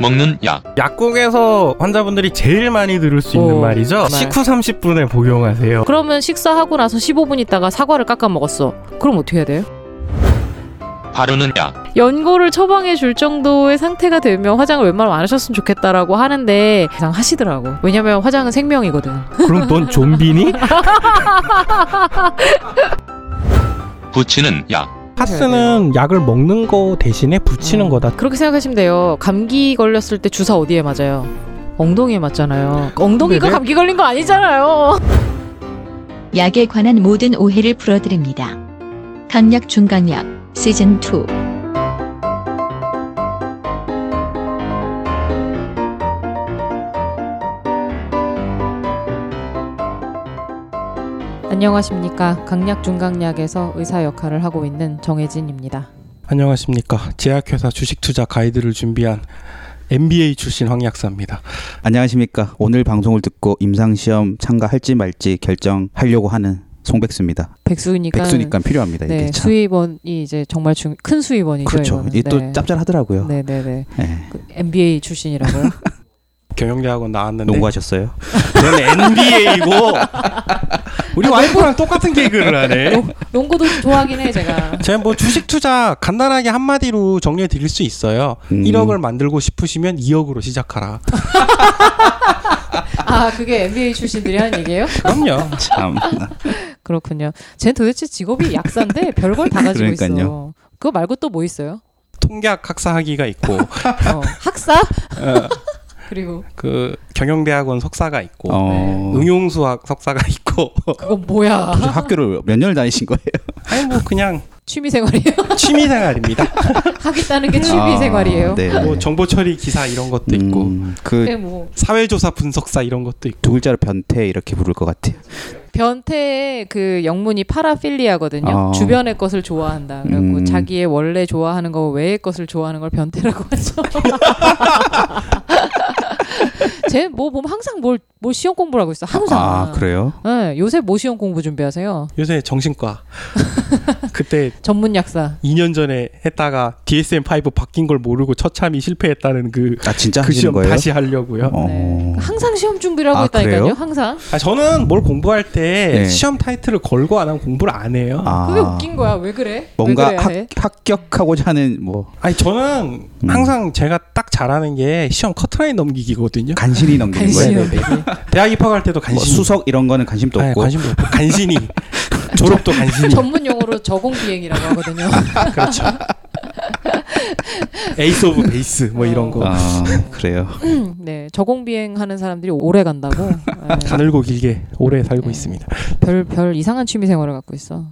먹는 약. 약국에서 환자분들이 제일 많이 들을 수 있는 오, 말이죠. 정말. 식후 30분에 복용하세요. 그러면 식사하고 나서 15분 있다가 사과를 깎아 먹었어. 그럼 어떻게 해야 돼요? 바르는 약. 연고를 처방해 줄 정도의 상태가 되면 화장을 웬만하면 안 하셨으면 좋겠다라고 하는데 그냥 하시더라고. 왜냐면 화장은 생명이거든. 그럼 넌 좀비니? 붙이는 약. 파스는 약을 먹는 거 대신에 붙이는 음. 거다. 그렇게 생각하시면 돼요. 감기 걸렸을 때 주사 어디에 맞아요? 엉덩이에 맞잖아요. 엉덩이가 네네. 감기 걸린 거 아니잖아요. 약에 관한 모든 오해를 풀어드립니다. 강약 중강약 시즌 2 안녕하십니까. 강약 중강약에서 의사 역할을 하고 있는 정혜진입니다. 안녕하십니까. 제약회사 주식 투자 가이드를 준비한 MBA 출신 황 약사입니다. 안녕하십니까. 오늘 방송을 듣고 임상시험 참가할지 말지 결정하려고 하는 송백수입니다. 백수니까. 백수니까 필요합니다. 이게 그러니까 네, 참. 수입원이 이제 정말 중, 큰 수입원이죠. 그렇죠. 이거는. 이게 또 네. 짭짤하더라고요. 네네네. 네. 그 MBA 출신이라고요? 경영대학원 나왔는데 농구하셨어요? 저는 NBA고 우리 와이프랑 똑같은 개그를 하네. 농구도 좋아하긴 해 제가. 제가 뭐 주식 투자 간단하게 한마디로 정리해 드릴 수 있어요. 음. 1억을 만들고 싶으시면 2억으로 시작하라. 아 그게 MBA 출신들이 하는 얘기예요? 그럼요. 참. 그렇군요. 쟤 도대체 직업이 약사인데 별걸 다 가지고 있어. 그러니까요. 그거 말고 또 뭐 있어요? 통계학 학사 학위가 있고 어, 학사 어, 그리고 그 경영대학원 석사가 있고 어. 네. 응용수학 석사가 있고 그건 뭐야? 도대체 학교를 몇 년을 다니신 거예요? 아니 뭐 그냥 취미 생활이에요. 취미생활입니다. 하겠다는 게 취미 아, 생활이에요. 네. 뭐 정보처리 기사 이런 것도 있고 음, 그 근데 뭐 사회조사 분석사 이런 것도 있고 두 글자로 변태 이렇게 부를 것 같아요. 변태의 그 영문이 파라필리아거든요. 어. 주변의 것을 좋아한다. 그래갖고 음. 자기의 원래 좋아하는 거 외의 것을 좋아하는 걸 변태라고 하죠. 쟤뭐 보면 항상 뭘, 뭘 시험 공부를 하고 있어. 항상. 아, 그래요? 예, 요새 뭐 시험 공부 준비하세요? 요새 정신과 그때 전문 약사. 2년 전에 했다가 DSM-5 바뀐 걸 모르고 처참히 실패했다는 그, 아, 진짜 그 하시는 시험 거예요? 다시 하려고요. 어. 네. 항상 시험 준비를 하고 아, 있다니까요. 그래요? 항상. 아, 저는 뭘 공부할 때 네. 시험 타이틀을 걸고 안 하면 공부를 안 해요. 아. 아. 그게 웃긴 거야. 왜 그래? 왜 뭔가 그래야 합, 해? 합격하고자 하는 뭐 니 저는 음. 항상 제가 딱 잘하는 게 시험 커트라인 넘기기거든요. 예? 간신히 넘기는 간신히 거예요? 넘기기. 대학 입학할 때도 간신히 뭐 수석 이런 거는 관심도 아니, 없고 관심도 없고 간신히 졸업도 간신히 그 전문 용어로 저공 비행이라고 하거든요. 그렇죠. 에이스 오브 베이스 뭐 이런 거 아, 그래요. 네, 저공 비행하는 사람들이 오래 간다고. 가늘고 길게 오래 살고 네. 있습니다. 별별 이상한 취미 생활을 갖고 있어.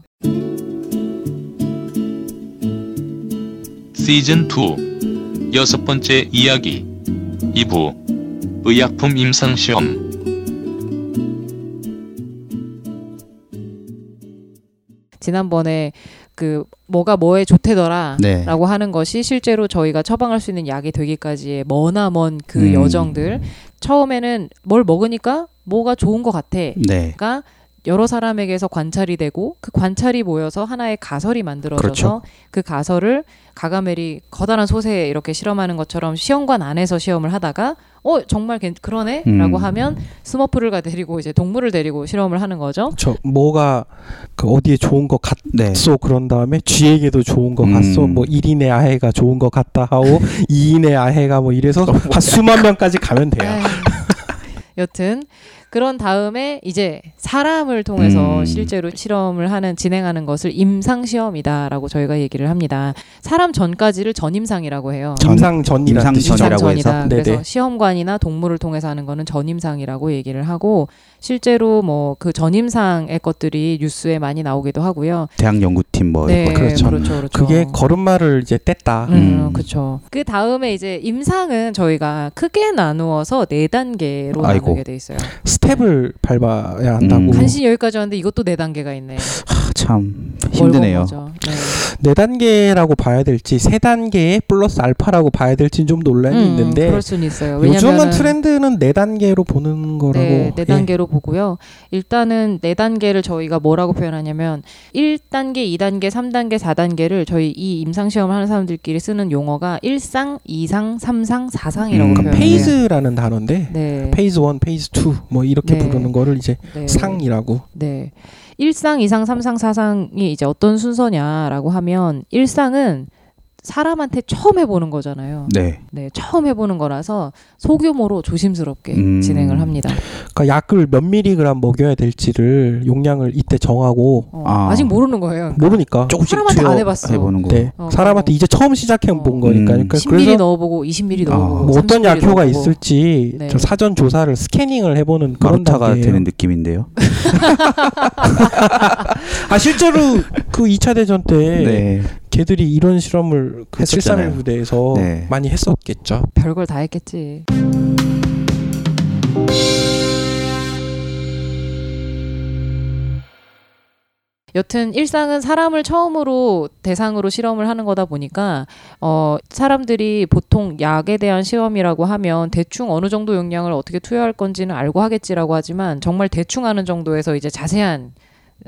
시즌 2. 여섯 번째 이야기. 2부. 의약품 임상시험. 지난번에 그 뭐가 뭐에 좋대더라. 네. 라고 하는 것이 실제로 저희가 처방할 수 있는 약이 되기까지의 머나먼 그 음. 여정들 처음에는 뭘 먹으니까 뭐가 좋은 것 같아 네. 가 여러 사람에게서 관찰이 되고 그 관찰이 모여서 하나의 가설이 만들어져서 그렇죠. 그 가설을 가가멜이 커다란 소세에 이렇게 실험하는 것처럼 시험관 안에서 시험을 하다가 어 정말 괜- 음. 그러네라고 하면 스머프를 가 데리고 이제 동물을 데리고 실험을 하는 거죠. 저 뭐가 그 어디에 좋은 거 네. 같소 그런 다음에 쥐에게도 좋은 거 음. 같소 뭐 1인의 아해가 좋은 거 같다 하고 2인의 아해가 뭐 이래서 한 수만 명까지 가면 돼요. 에휴. 여튼 그런 다음에 이제 사람을 통해서 음. 실제로 실험을 하는 진행하는 것을 임상 시험이다라고 저희가 얘기를 합니다. 사람 전까지를 전임상이라고 해요. 전- 임상 전이라는 임상 뜻이죠. 전이라고 전이다 해서? 그래서 네네. 시험관이나 동물을 통해서 하는 거는 전임상이라고 얘기를 하고 실제로 뭐 그 전임상의 것들이 뉴스에 많이 나오기도 하고요. 대학 연구팀 뭐 네, 이런 거. 그렇죠. 그렇죠. 그렇죠. 그게 걸음마를 이제 뗐다. 음, 음. 그렇죠. 그 다음에 이제 임상은 저희가 크게 나누어서 네 단계로 아이고. 나누게 돼 있어요. 스텝을 밟아야 한다고. 음. 간신 여기까지 왔는데 이것도 네 단계가 있네. 아, 참 힘드네요. 멀건 거죠. 네. 네 단계라고 봐야 될지 세 단계에 플러스 알파라고 봐야 될지는 좀 논란이 음, 있는데 그럴 수는 있어요. 요즘은 왜냐면은- 트렌드는 네 단계로 보는 거라고. 네, 네 예. 단계로 보고요. 일단은 네 단계를 저희가 뭐라고 표현하냐면 1단계, 2단계, 2단계, 3단계, 4단계를 저희 이 임상 시험을 하는 사람들끼리 쓰는 용어가 1상, 2상, 3상, 4상이라고 음, 표현해요. 네. 페이즈라는 단어인데 네. 페이즈 1, 페이즈 2 뭐 이렇게 네. 부르는 거를 이제 네. 상이라고 네. 1상, 2상, 3상, 4상이 이제 어떤 순서냐라고 하면 1상은 사람한테 처음 해보는 거잖아요. 네. 네, 처음 해보는 거라서 소규모로 조심스럽게 음. 진행을 합니다. 그러니까 약을 몇 밀리그램 먹여야 될지를 용량을 이때 정하고 어, 아. 아직 모르는 거요 모르니까 조금씩 사람한테 안 투여 해봤어. 해보는 거. 네. 어, 사람한테 이제 처음 시작해 본 어. 거니까 음. 그러니까 10ml 그래서 넣어보고 20ml 아. 넣어보고 뭐 어떤 30ml 약효가 넣어보고. 있을지 네. 좀 사전 조사를 스캐닝을 해보는 그런 마루타가 단계예요. 되는 느낌인데요. 아 실제로 그 2차 대전 때 네. 걔들이 이런 실험을 그 했었잖아요. 731 부대에서 네. 많이 했었겠죠. 별걸 다 했겠지. 여튼 일상은 사람을 처음으로 대상으로 실험을 하는 거다 보니까 어 사람들이 보통 약에 대한 시험이라고 하면 대충 어느 정도 용량을 어떻게 투여할 건지는 알고 하겠지라고 하지만 정말 대충 하는 정도에서 이제 자세한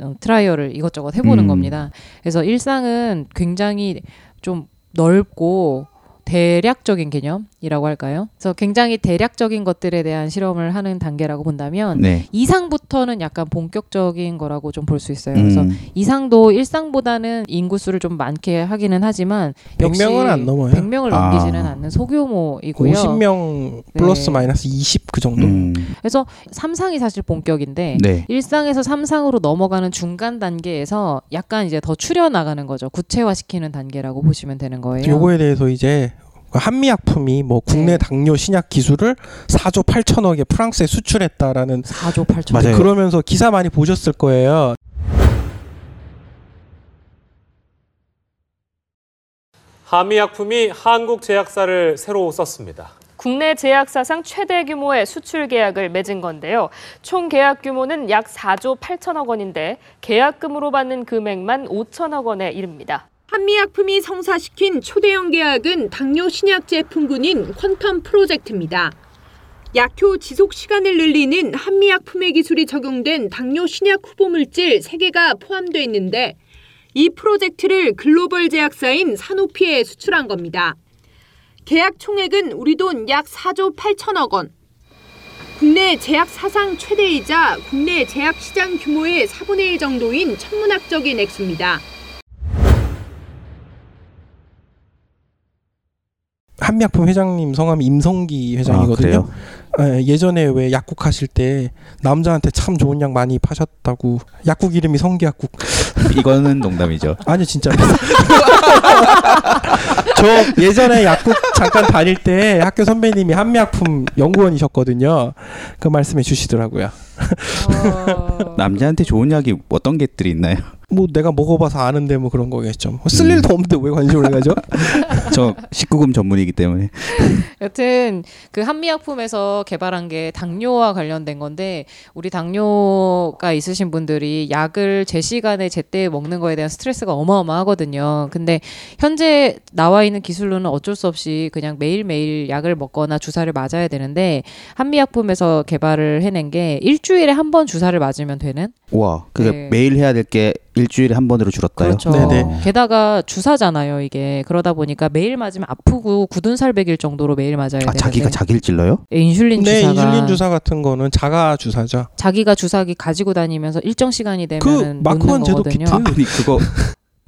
어, 트라이얼을 이것저것 해보는 음. 겁니다. 그래서 일상은 굉장히 좀 넓고 대략적인 개념이라고 할까요? 그래서 굉장히 대략적인 것들에 대한 실험을 하는 단계라고 본다면 네. 이상부터는 약간 본격적인 거라고 좀 볼 수 있어요. 그래서 음. 이상도 일상보다는 인구수를 좀 많게 하기는 하지만 100명은 안 넘어요. 100명을 아. 넘기지는 않는 소규모이고요. 50명 네. 플러스 마이너스 20 그 정도. 음. 그래서 3상이 사실 본격인데 네. 일상에서삼상으로 넘어가는 중간 단계에서 약간 이제 더 추려 나가는 거죠. 구체화시키는 단계라고 보시면 되는 거예요. 요거에 대해서 이제 그 한미약품이 뭐 국내 네. 당뇨 신약 기술을 4조 8천억에 프랑스에 수출했다라는 4조 8천. 맞아요. 그러면서 기사 많이 보셨을 거예요. 한미약품이 한국 제약사를 새로 썼습니다. 국내 제약사상 최대 규모의 수출 계약을 맺은 건데요. 총 계약 규모는 약 4조 8천억 원인데 계약금으로 받는 금액만 5천억 원에 이릅니다. 한미약품이 성사시킨 초대형 계약은 당뇨 신약제 품군인 퀀텀 프로젝트입니다. 약효 지속 시간을 늘리는 한미약품의 기술이 적용된 당뇨 신약 후보 물질 3개가 포함돼 있는데 이 프로젝트를 글로벌 제약사인 산오피에 수출한 겁니다. 계약 총액은 우리 돈 약 4조 8천억 원. 국내 제약 사상 최대이자 국내 제약 시장 규모의 4분의 1 정도인 천문학적인 액수입니다. 한미약품 회장님 성함이 임성기 아, 회장이거든요. 그래요? 예, 예전에 왜 약국 하실 때 남자한테 참 좋은 약 많이 파셨다고 약국 이름이 성기약국. 이거는 농담이죠. 아니요 진짜. 저 예전에 약국 잠깐 다닐 때 학교 선배님이 한미약품 연구원이셨거든요. 그 말씀해 주시더라고요. 어. 남자한테 좋은 약이 어떤 것들이 있나요? 뭐 내가 먹어봐서 아는데 뭐 그런 거겠죠. 뭐쓸 일도 없는데 왜 관심을 가죠? 저 19금 전문이기 때문에. 여튼 그 한미약품에서 개발한 게 당뇨와 관련된 건데 우리 당뇨가 있으신 분들이 약을 제 시간에 제때 먹는 거에 대한 스트레스가 어마어마하거든요. 근데 현재 나와 있는 기술로는 어쩔 수 없이 그냥 매일매일 약을 먹거나 주사를 맞아야 되는데 한미약품에서 개발을 해낸 게 일주일에 한 번 주사를 맞으면 되는 와, 그게 네. 매일 해야 될 게 일주일에 한 번으로 줄었다요. 그렇죠. 네네. 게다가 주사잖아요, 이게. 그러다 보니까 매일 맞으면 아프고 굳은 살 베길 정도로 매일 맞아야 아, 되는데 자기가 자기를 찔러요? 예, 인슐린 네, 주사가 인슐린 주사 같은 거는 자가 주사죠. 자기가 주사기 가지고 다니면서 일정 시간이 되면 그 은 마크원 놓는 제도 거거든요. 키트. 아니, 그거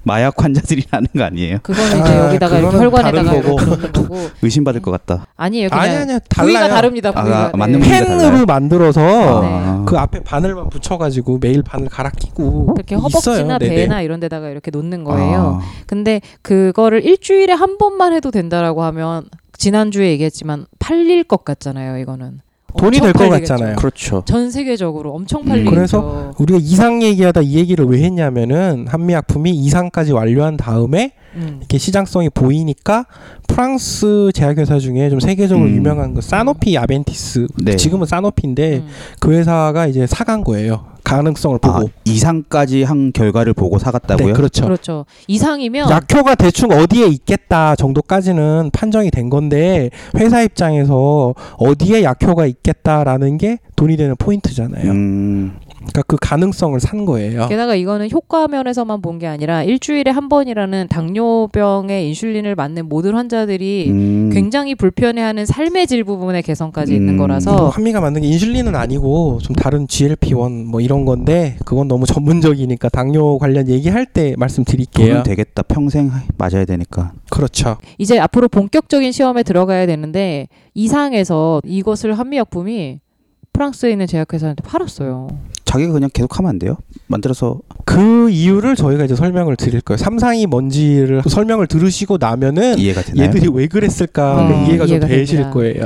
마약 환자들이 하는 거 아니에요? 그거는 이제 아, 여기다가 이렇게 그거는 혈관에다가 다른 이렇게 거고. 놓는 거고 의심받을 것 같다. 아니에요. 네, 그냥 아니 아니 부위가 달라요. 다릅니다. 아, 부위가. 맞는 네. 부위가 펜으로 아. 만들어서 네. 그 앞에 바늘만 붙여가지고 매일 바늘 갈아 끼고 이렇게 있어요. 허벅지나 네네. 배나 이런 데다가 이렇게 놓는 거예요. 아, 근데 그거를 일주일에 한 번만 해도 된다라고 하면 지난주에 얘기했지만 팔릴 것 같잖아요, 이거는. 돈이 엄청 될것 팔리겠죠. 같잖아요. 그렇죠. 전 세계적으로 엄청 음, 팔리죠. 그래서 우리가 이상 얘기하다 이 얘기를 왜 했냐면은 한미약품이 이상까지 완료한 다음에 음. 이렇게 시장성이 보이니까 프랑스 제약회사 중에 좀 세계적으로 음. 유명한 그 사노피 아벤티스 네. 지금은 사노피인데 음. 그 회사가 이제 사간 거예요 가능성을 보고 아, 이상까지 한 결과를 보고 사갔다고요? 네 그렇죠. 그렇죠. 이상이면 약효가 대충 어디에 있겠다 정도까지는 판정이 된 건데 회사 입장에서 어디에 약효가 있겠다라는 게 돈이 되는 포인트잖아요. 음, 그러니까 그 가능성을 산 어. 거예요. 게다가 이거는 효과 면에서만 본 게 아니라 일주일에 한 번이라는 당뇨병의 인슐린을 맞는 모든 환자들이 음, 네. 굉장히 불편해하는 삶의 질 부분의 개선까지 있는 음. 뭐 거라서 한미가 만든 게 인슐린은 아니고 좀 다른 GLP-1 뭐 이런 건데 그건 너무 전문적이니까 당뇨 관련 얘기할 때 말씀드릴게요. 돈은 되겠다. 평생 맞아야 되니까. 그렇죠. 이제 앞으로 본격적인 시험에 들어가야 되는데 이상에서 이것을 한미약품이 프랑스에 있는 제약회사한테 팔았어요. 자기가 그냥 계속 하면 안 돼요? 만들어서 그 이유를 저희가 이제 설명을 드릴 거예요. 삼상이 뭔지를 설명을 들으시고 나면은 이해가 되나요? 얘들이 왜 그랬을까 네, 어, 이해가 좀 이해가 되실 됩니다. 거예요.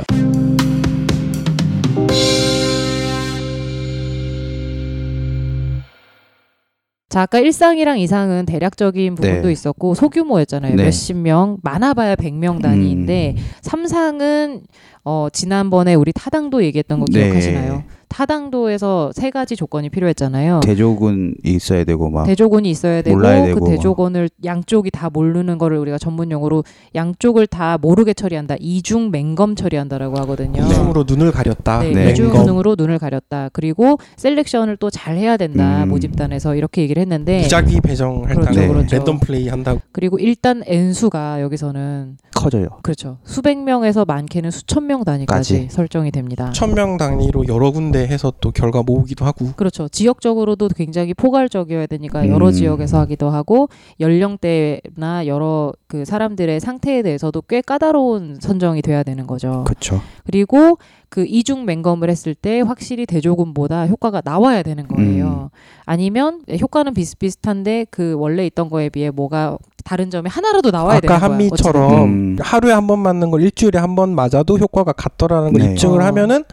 자, 아까 일상이랑 이상은 대략적인 부분도 네. 있었고 소규모였잖아요. 네. 음. 몇십 명, 많아봐야 100명 단위인데 삼상은 어, 지난번에 우리 타당도 얘기했던 거 네. 기억하시나요? 타당도에서 세 가지 조건이 필요했잖아요. 대조군이 있어야 되고 막 어. 대조군이 있어야 되고, 몰라야 되고, 그 막. 대조군을 양쪽이 다 모르는 거를 우리가 전문 용어로 양쪽을 다 모르게 처리한다. 이중 맹검 처리한다라고 하거든요. 우중으로 눈을 가렸다. 네, 네. 이중 맹검. 기능으로 눈을 가렸다. 그리고 셀렉션을 또 잘 해야 된다. 음. 모집단에서 이렇게 얘기를 했는데 무작위 배정할 그렇죠, 당시 그렇죠. 랜덤 플레이 한다고. 그리고 일단 N수가 여기서는 커져요. 그렇죠. 수백 명에서 많게는 수천 명 단위까지 까지. 설정이 됩니다. 천명 단위로 여러 군데 해서 또 결과 모으기도 하고. 그렇죠. 지역적으로도 굉장히 포괄적이어야 되니까 음. 여러 지역에서 하기도 하고 연령대나 여러 그 사람들의 상태에 대해서도 꽤 까다로운 선정이 돼야 되는 거죠. 그렇죠. 그리고 그 이중 맹검을 했을 때 확실히 대조군보다 효과가 나와야 되는 거예요. 음. 아니면 효과는 비슷비슷한데 그 원래 있던 거에 비해 뭐가 다른 점이 하나라도 나와야 아까 되는 거야. 어쨌든. 한미처럼 음. 하루에 한 번 맞는 걸 일주일에 한 번 맞아도 효과가 같더라는 걸 네. 입증을 어. 하면은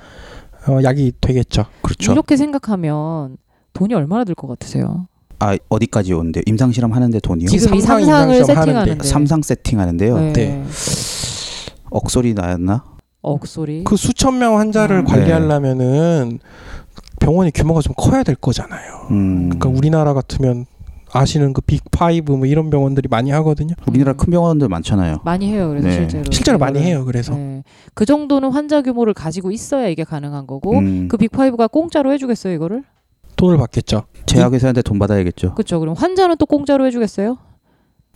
어, 약이 되겠죠. 그렇죠. 이렇게 생각하면 돈이 얼마나 들 것 같으세요? 아 어디까지 오는데 임상 실험 하는데 돈이요? 지금 지금 이 삼상, 상상을 임상시험 세팅하는데 삼상 세팅 하는데요. 네. 억소리 나였나? 억소리. 그 수천 명 환자를 네. 음. 관리하려면은 병원이 규모가 좀 커야 될 거잖아요. 음. 그러니까 우리나라 같으면 아시는 그 빅파이브 뭐 이런 병원들이 많이 하거든요. 우리나라 큰 병원들 많잖아요. 많이 해요. 그래서 네. 실제로 실제로 많이 이거를. 해요. 그래서 음. 네. 그 정도는 환자 규모를 가지고 있어야 이게 가능한 거고 음. 그 빅파이브가 공짜로 해주겠어요 이거를? 돈을 받겠죠. 제약회사한테 돈 받아야겠죠. 그렇죠. 그럼 환자는 또 공짜로 해주겠어요?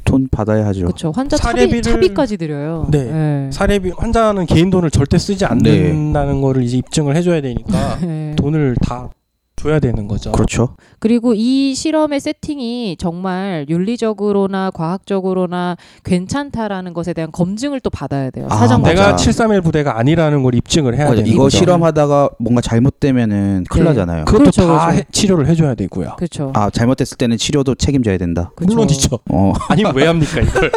돈 받아야 하죠. 그렇죠. 환자 사례비를- 차비, 차비까지 드려요. 네. 네. 사례비 환자는 개인 돈을 절대 네. 쓰지 않는다는 거를 이제 입증을 해줘야 되니까 네. 돈을 다 줘야 되는 거죠. 그렇죠. 그리고 이 실험의 세팅이 정말 윤리적으로나 과학적으로나 괜찮다라는 것에 대한 검증을 또 받아야 돼요. 아, 사정 맞아. 내가 731 부대가 아니라는 걸 입증을 해야 맞아. 되는 이거 거죠. 실험하다가 뭔가 잘못되면은 큰일 네. 나잖아요. 그것도 그렇죠, 다 그렇죠. 해- 치료를 해줘야 되고요. 그렇죠. 아 잘못됐을 때는 치료도 책임져야 된다. 그렇죠. 물론이죠. 어, 아니면 왜 합니까 이걸?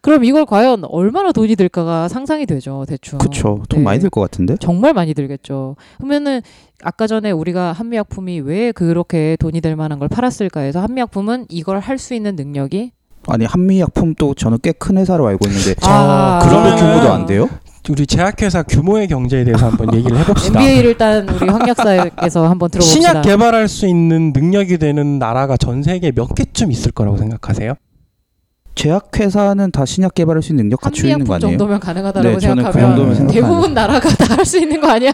그럼 이걸 과연 얼마나 돈이 들까가 상상이 되죠, 대충. 그렇죠. 돈 네. 많이 들 것 같은데. 정말 많이 들겠죠. 그러면은 아까 전에 우리가 한미약품이 왜 그렇게 돈이 될 만한 걸 팔았을까 해서 한미약품은 이걸 할 수 있는 능력이 아니 한미약품도 저는 꽤 큰 회사로 알고 있는데 아, 그 정도 그러면은- 규모도 안 돼요? 우리 제약회사 규모의 경제에 대해서 한번 얘기를 해봅시다. MBA를 일단 우리 황약사에서 한번 들어봅시다. 신약 개발할 수 있는 능력이 되는 나라가 전 세계 몇 개쯤 있을 거라고 생각하세요? 제약회사는 다 신약 개발할 수 있는 능력 갖추고 있는 한미약품 거 아니에요? 정도면 가능하다라고 네, 저는 그 생각하면 정도면 생각 안 대부분 나라가 다 할 수 있는 거 아니야?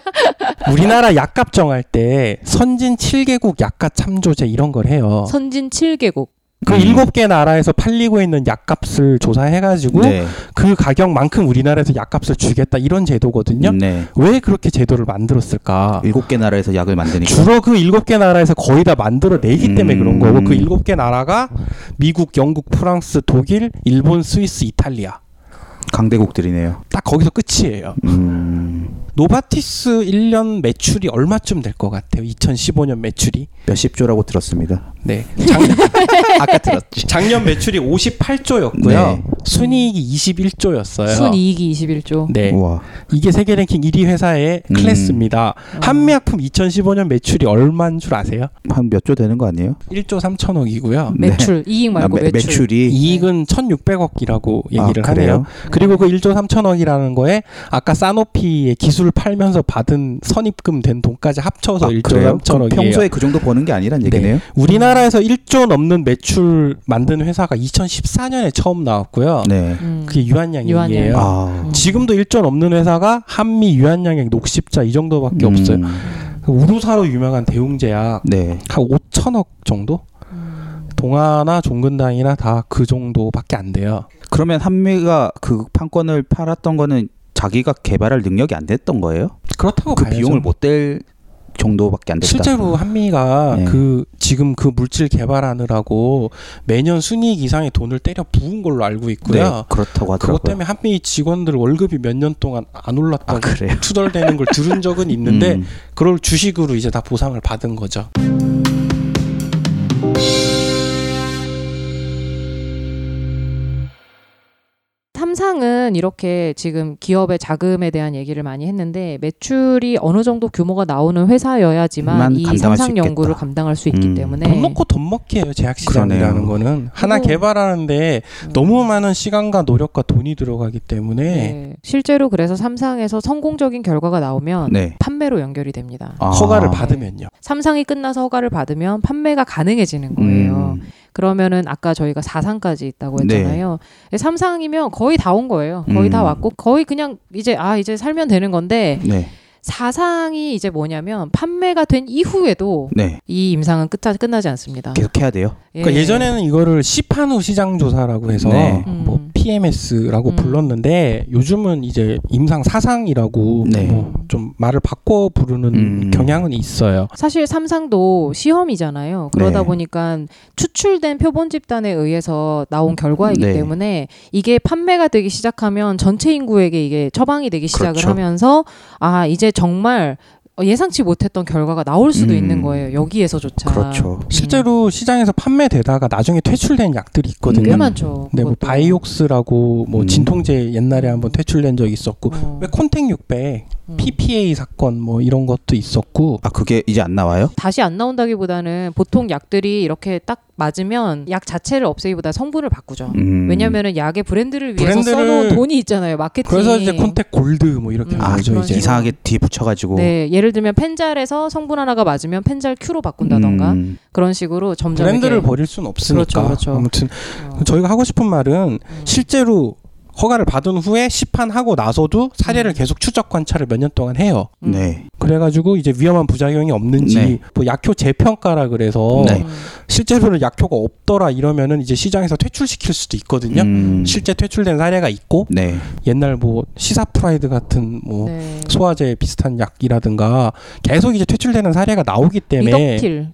우리나라 약값 정할 때 선진 7개국 약값 참조제 이런 걸 어. 해요. 선진 7개국. 그 음. 일곱 개 나라에서 팔리고 있는 약값을 조사해가지고 네. 그 가격만큼 우리나라에서 약값을 주겠다 이런 제도거든요. 네. 왜 그렇게 제도를 만들었을까? 일곱 개 나라에서 약을 만드니까. 주로 그 일곱 개 나라에서 거의 다 만들어내기 음. 때문에 그런 거고 그 일곱 개 나라가 미국, 영국, 프랑스, 독일, 일본, 스위스, 이탈리아 강대국들이네요. 딱 거기서 끝이에요. 음, 노바티스 1년 매출이 얼마쯤 될 것 같아요? 2015년 매출이 몇십 조라고 들었습니다. 네 작, 아까 들었지. 작년 매출이 58조였고요 네. 순이익이 21조였어요. 순이익이 21조. 네 우와. 이게 세계 랭킹 1위 회사의 음. 클래스입니다. 한미약품 2015년 매출이 얼마인 줄 아세요? 한 몇 조 되는 거 아니에요? 1조 3천억이고요. 네. 매출 이익 말고 아, 매, 매출. 매출이 이익은 1,600억이라고 얘기를 아, 하네요. 그래요? 그리고 그 1조 3천억이라는 거에 아까 사노피의 기술 팔면서 받은 선입금 된 돈까지 합쳐서 아, 1조 그래요? 그럼 3천억이에요. 평소에 그 정도 버는 게 아니란 얘기네요. 우리나라에서 1조 넘는 매출 만든 회사가 2014년에 처음 나왔고요. 네. 음. 그게 유한양액이에요. 유한양액. 아. 음. 지금도 1조 넘는 회사가 한미 유한양액 녹십자 이 정도밖에 음. 없어요. 그 우루사로 유명한 대웅제약 네. 한 5천억 정도? 음. 동아나 종근당이나 다 그 정도밖에 안 돼요. 그러면 한미가 그 판권을 팔았던 거는 자기가 개발할 능력이 안 됐던 거예요? 그렇다고 그 봐야죠. 비용을 못 댈 정도밖에 안 됐다. 실제로 한미가 네. 그 지금 그 물질 개발하느라고 매년 순이익 이상의 돈을 때려 부은 걸로 알고 네, 있고요. 그렇다고 하더라고요. 그것 때문에 한미 직원들 월급이 몇 년 동안 안 올랐다고 아 그래요. 투덜대는 걸 들은 적은 있는데 음. 그걸 주식으로 이제 다 보상을 받은 거죠. 삼상은 이렇게 지금 기업의 자금에 대한 얘기를 많이 했는데 매출이 어느 정도 규모가 나오는 만 회사여야지만 이 감당할 수 삼상 연구를 있겠다. 감당할 수 있기 음. 때문에 돈 먹고 돈 먹기예요 제약시장이라는 그러네요. 거는 하나 그리고- 개발하는데 음. 너무 많은 시간과 노력과 돈이 들어가기 때문에 네. 실제로 그래서 삼상에서 성공적인 결과가 나오면 네. 판매로 연결이 됩니다. 아. 허가를 받으면요. 삼상이 끝나서 허가를 받으면 판매가 가능해지는 거예요. 음. 그러면은 아까 저희가 4상까지 있다고 네. 했잖아요. 삼상이면 거의 다 온 거예요. 거의 음. 다 왔고 거의 그냥 이제 아 이제 살면 되는 건데 네. 사상이 이제 뭐냐면 판매가 된 이후에도 네. 이 임상은 끝 끝나지 않습니다. 계속 해야 돼요. 예. 그러니까 예전에는 이거를 시판 후 시장 조사라고 해서 네. 뭐 음. PMS라고 음. 불렀는데 요즘은 이제 임상 사상이라고 네. 뭐 좀 말을 바꿔 부르는 음. 경향은 있어요. 사실 삼상도 시험이잖아요. 그러다 네. 보니까 추출된 표본 집단에 의해서 나온 결과이기 네. 때문에 이게 판매가 되기 시작하면 전체 인구에게 이게 처방이 되기 시작을 그렇죠. 하면서 아 이제 정말 예상치 못했던 결과가 나올 수도 음. 있는 거예요. 여기에서조차. 그렇죠. 실제로 음. 시장에서 판매되다가 나중에 퇴출된 약들이 있거든요. 꽤 음. 많죠. 네, 뭐 그것도. 바이옥스라고 뭐 음. 진통제 옛날에 한번 퇴출된 적이 있었고 어. 왜 콘택 600 음. PPA 사건 뭐 이런 것도 있었고 아 그게 이제 안 나와요? 다시 안 나온다기보다는 보통 약들이 이렇게 딱 맞으면 약 자체를 없애기보다 성분을 바꾸죠. 음. 왜냐면은 약의 브랜드를 위해서 브랜드를- 써놓은 돈이 있잖아요. 마케팅. 그래서 이제 콘택 골드 뭐 이렇게 음, 아 나오죠 그런 이제 식으로. 이상하게 뒤에 붙여가지고 네, 예를 들면 펜잘에서 성분 하나가 맞으면 펜잘 Q로 바꾼다던가 음. 그런 식으로 점점 브랜드를 이렇게, 버릴 수는 없으니까 그렇죠, 그렇죠. 아무튼 어, 저희가 하고 싶은 말은 음. 실제로 허가를 받은 후에 시판하고 나서도 사례를 계속 추적 관찰을 몇 년 동안 해요. 음. 네. 그래가지고 이제 위험한 부작용이 없는지 네. 뭐 약효 재평가라 그래서 네. 음. 실제로는 약효가 없더라 이러면은 이제 시장에서 퇴출시킬 수도 있거든요. 음. 실제 퇴출된 사례가 있고 네. 옛날 뭐 시사프라이드 같은 뭐 네. 소화제 비슷한 약이라든가 계속 이제 퇴출되는 사례가 나오기 때문에 리덕틸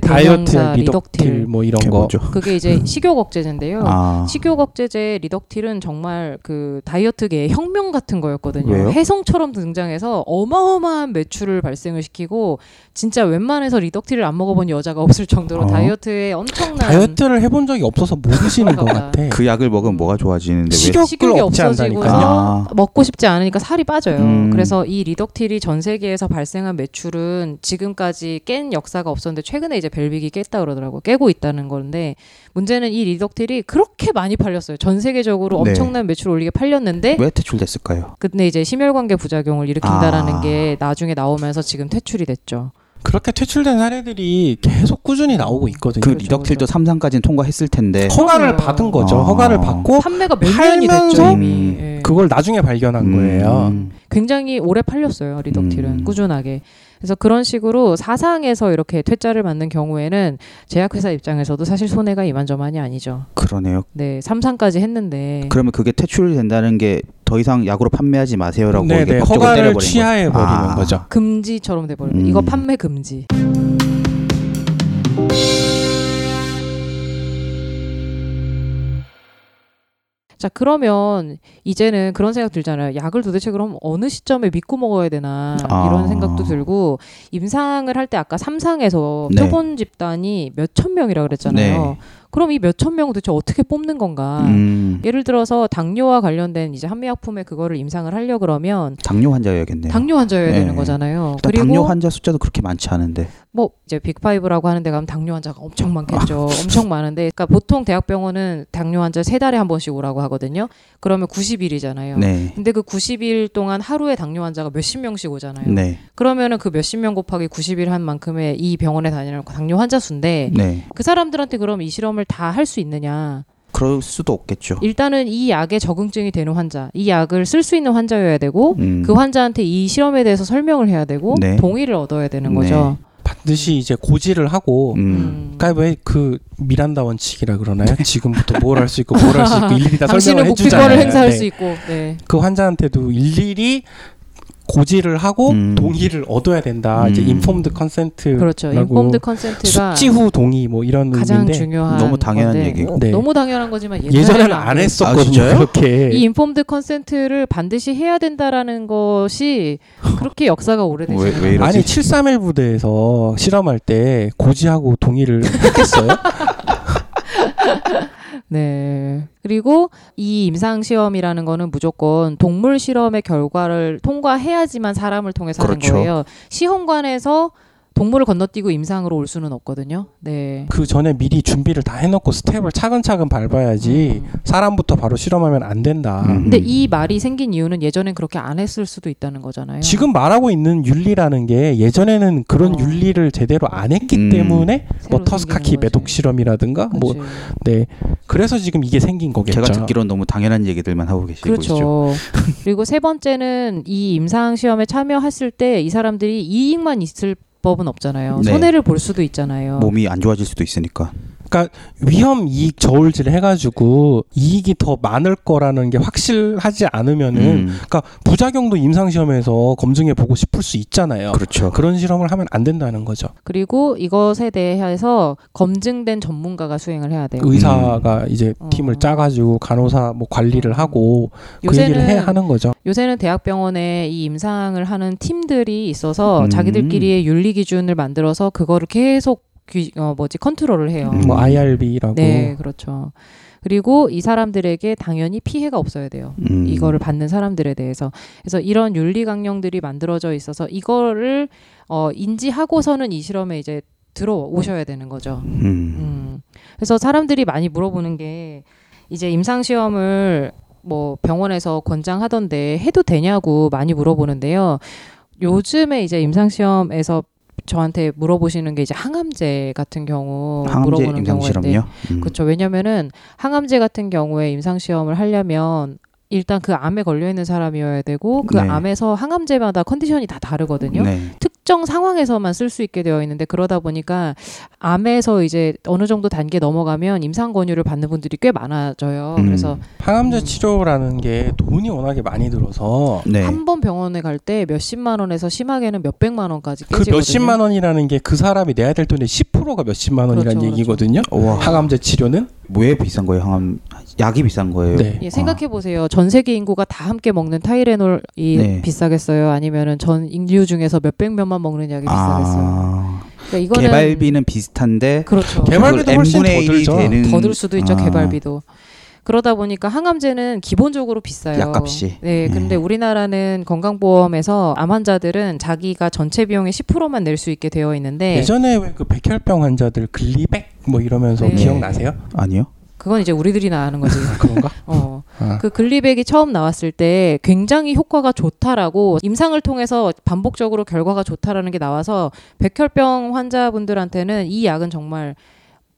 네, 대명사 다이어트 리덕틸 리덕틸 뭐 이런 이게 거 뭐죠? 그게 이제 식욕 억제제인데요. 아. 식욕 억제제 리덕틸은 정말 그 다이어트계의 혁명 같은 거였거든요. 왜요? 해성처럼 등장해서 어마어마한 매출을 발생을 시키고 진짜 웬만해서 리덕틸을 안 먹어본 여자가 없을 정도로 어? 다이어트에 엄청난 다이어트를 해본 적이 없어서 모르시는 것 그런가 같아. 그 약을 먹으면 뭐가 좋아지는데 왜? 식욕을 식욕이 억제한다니까. 없어지고 아. 먹고 싶지 않으니까 살이 빠져요. 음. 그래서 이 리덕틸이 전 세계에서 발생한 매출은 지금까지 깬 역사가 없었는데 최근에 이제 벨빅이 깼다 그러더라고 요 깨고 있다는 건데 문제는 이 리덕틸이 그렇게 많이 팔렸어요. 전 세계적으로 네. 엄청난 매출 을 올리게 팔렸는데 왜 퇴출됐을까요? 근데 이제 심혈관계 부작용을 일으킨다라는 아. 게 나중에 나오면서 지금 퇴출이 됐죠. 그렇게 퇴출된 사례들이 계속 꾸준히 나오고 있거든요. 그 그렇죠, 리덕틸도 그렇죠. 삼상까지는 통과했을 텐데 허가를 그럼요. 받은 거죠. 아. 허가를 받고 판매가 몇 년이 어? 팔면서 됐죠 이미. 예. 그걸 나중에 발견한 음. 거예요. 굉장히 오래 팔렸어요 리덕틸은 음. 꾸준하게 그래서 그런 식으로 사상에서 이렇게 퇴짜를 맞는 경우에는 제약회사 입장에서도 사실 손해가 이만저만이 아니죠 그러네요. 네 삼상까지 했는데 그러면 그게 퇴출된다는 게 더 이상 약으로 판매하지 마세요라고 네, 이게 네. 법적으로 허가를 때려버린 취하해 거죠. 버리는 아. 거죠. 금지처럼 돼버려요 음. 이거 판매 금지 자 그러면 이제는 그런 생각 들잖아요. 약을 도대체 그럼 어느 시점에 믿고 먹어야 되나 아. 이런 생각도 들고 임상을 할 때 아까 삼상에서 네. 표본 집단이 몇 천 명이라 그랬잖아요. 네. 그럼 이 몇 천 명을 도대체 어떻게 뽑는 건가? 음. 예를 들어서 당뇨와 관련된 이제 한미약품에 그거를 임상을 하려 그러면 당뇨 환자여야겠네요. 당뇨 환자여야 네. 되는 거잖아요. 일단 그리고 당뇨 환자 숫자도 그렇게 많지 않은데 뭐 이제 빅파이브라고 하는데 가면 당뇨 환자가 엄청 많겠죠. 엄청 많은데 그러니까 보통 대학병원은 당뇨 환자 세 달에 한 번씩 오라고 하거든요. 그러면 90일이잖아요. 네. 근데 그 90일 동안 하루에 당뇨 환자가 몇십 명씩 오잖아요. 네. 그러면은 그 몇십 명 곱하기 90일 한 만큼의 이 병원에 다니는 당뇨 환자 수인데 네. 그 사람들한테 그럼 이 실험을 다 할 수 있느냐? 그럴 수도 없겠죠. 일단은 이 약에 적응증이 되는 환자, 이 약을 쓸 수 있는 환자여야 되고 음. 그 환자한테 이 실험에 대해서 설명을 해야 되고 네. 동의를 얻어야 되는 네. 거죠. 반드시 이제 고지를 하고 음. 음. 그러니까 왜그 미란다 원칙이라 그러나요? 지금부터 뭘 할 수 있고 뭘 할 수 있고 일일이 다 그러니까 당신은 설명을 목표권을 해주잖아요. 행사할 네. 수 있고. 네. 그 환자한테도 일일이 고지를 하고 음. 동의를 얻어야 된다. 이제 음. 인폼드 컨센트라고 그렇죠. 인폼드 컨센트가 숙지 후 동의 뭐 이런 가장 의미인데 중요한 너무 당연한 건데, 얘기고. 네. 너무 당연한 거지만 예전에는 예전에는 안 그랬어요. 아, 했었거든요. 진짜요? 그렇게 이 인폼드 컨센트를 반드시 해야 된다라는 것이 그렇게 역사가 오래되지 왜- 왜 않아요. 이러지? 아니 731 부대에서 실험할 때 고지하고 동의를 했겠어요? 네. 그리고 이 임상 시험이라는 거는 무조건 동물 실험의 결과를 통과해야지만 사람을 통해서 그렇죠. 하는 거예요. 시험관에서 동물을 건너뛰고 임상으로 올 수는 없거든요. 네. 그 전에 미리 준비를 다 해놓고 스텝을 차근차근 밟아야지 음. 사람부터 바로 실험하면 안 된다. 음. 근데 이 말이 생긴 이유는 예전엔 그렇게 안 했을 수도 있다는 거잖아요. 지금 말하고 있는 윤리라는 게 예전에는 그런 네. 어. 윤리를 제대로 안 했기 음. 때문에 뭐 새로 터스카키 생기는 거지. 매독 실험이라든가 뭐 그치. 네. 그래서 지금 이게 생긴 거겠죠. 제가 듣기로는 너무 당연한 얘기들만 하고 계시고 있죠. 그렇죠. 그리고 세 번째는 이 임상 시험에 참여했을 때 이 사람들이 이익만 있을 법은 없잖아요. 네. 손해를 볼 수도 뭐 있잖아요. 몸이 안 좋아질 수도 있으니까. 위험 이익 저울질 해가지고 이익이 더 많을 거라는 게 확실하지 않으면은 음. 그러니까 부작용도 임상 시험에서 검증해 보고 싶을 수 있잖아요. 그렇죠. 그런 실험을 하면 안 된다는 거죠. 그리고 이것에 대해서 검증된 전문가가 수행을 해야 돼요. 그, 음. 의사가 이제 네. 어. 팀을 짜가지고 간호사 뭐 관리를 하고 그 얘기를 해 요새는 하는 거죠. 요새는 대학병원에 이 임상을 하는 팀들이 있어서 음. 자기들끼리의 윤리 기준을 만들어서 그거를 계속 귀, 어, 뭐지 컨트롤을 해요. 음. 뭐 IRB라고. 네, 그렇죠. 그리고 이 사람들에게 당연히 피해가 없어야 돼요. 음. 이거를 받는 사람들에 대해서 그래서 이런 윤리 강령들이 만들어져 있어서 이거를 어, 인지하고서는 이 실험에 이제 들어오셔야 되는 거죠. 음. 음. 그래서 사람들이 많이 물어보는 게 이제 임상 시험을 뭐 병원에서 권장하던데 해도 되냐고 많이 물어보는데요. 요즘에 이제 임상 시험에서 저한테 물어보시는 게 이제 항암제 같은 경우 항암제 뭐 물어보는 경우가 있는데 임상실험요. 음. 그렇죠. 왜냐면은 항암제 같은 경우에 임상 시험을 하려면 일단 그 암에 걸려 있는 사람이어야 되고 그 네. 암에서 항암제마다 컨디션이 다 다르거든요. 네. 특정 상황에서만 쓸 수 있게 되어 있는데 그러다 보니까 암에서 이제 어느 정도 단계 넘어가면 임상 권유를 받는 분들이 꽤 많아져요. 음. 그래서 항암제 음. 치료라는 게 돈이 워낙에 많이 들어서 네. 한 번 병원에 갈 때 몇십만 원에서 심하게는 몇백만 원까지 그 깨지거든요. 몇십만 원이라는 게 그 사람이 내야 될 돈의 10%가 몇십만 원이라는 그렇죠, 얘기거든요. 와, 항암제 치료는 왜 비싼 거예요? 항암 약이 비싼 거예요. 네. 예, 생각해 보세요. 전 세계 인구가 다 함께 먹는 타이레놀이 네. 비싸겠어요? 아니면은 전 인류 중에서 몇백 명만 먹는 약이 비싸겠어요? 아, 그러니까 이거는 개발비는 비슷한데 그렇죠. 개발- 개발비도 그걸 훨씬 더 N분의 1이 들죠. 되는 더 들 수도 있죠 아, 개발비도. 그러다 보니까 항암제는 기본적으로 비싸요. 약값이. 네, 근데 우리나라는 건강보험에서 암 환자들은 자기가 전체 비용의 10%만 낼 수 있게 되어 있는데 예전에 왜 그 백혈병 환자들 글리백 뭐 이러면서 네. 기억나세요? 아니요. 그건 이제 우리들이나 아는 거지. 그런가? 어, 아. 그 글리백이 처음 나왔을 때 굉장히 효과가 좋다라고 임상을 통해서 반복적으로 결과가 좋다라는 게 나와서 백혈병 환자분들한테는 이 약은 정말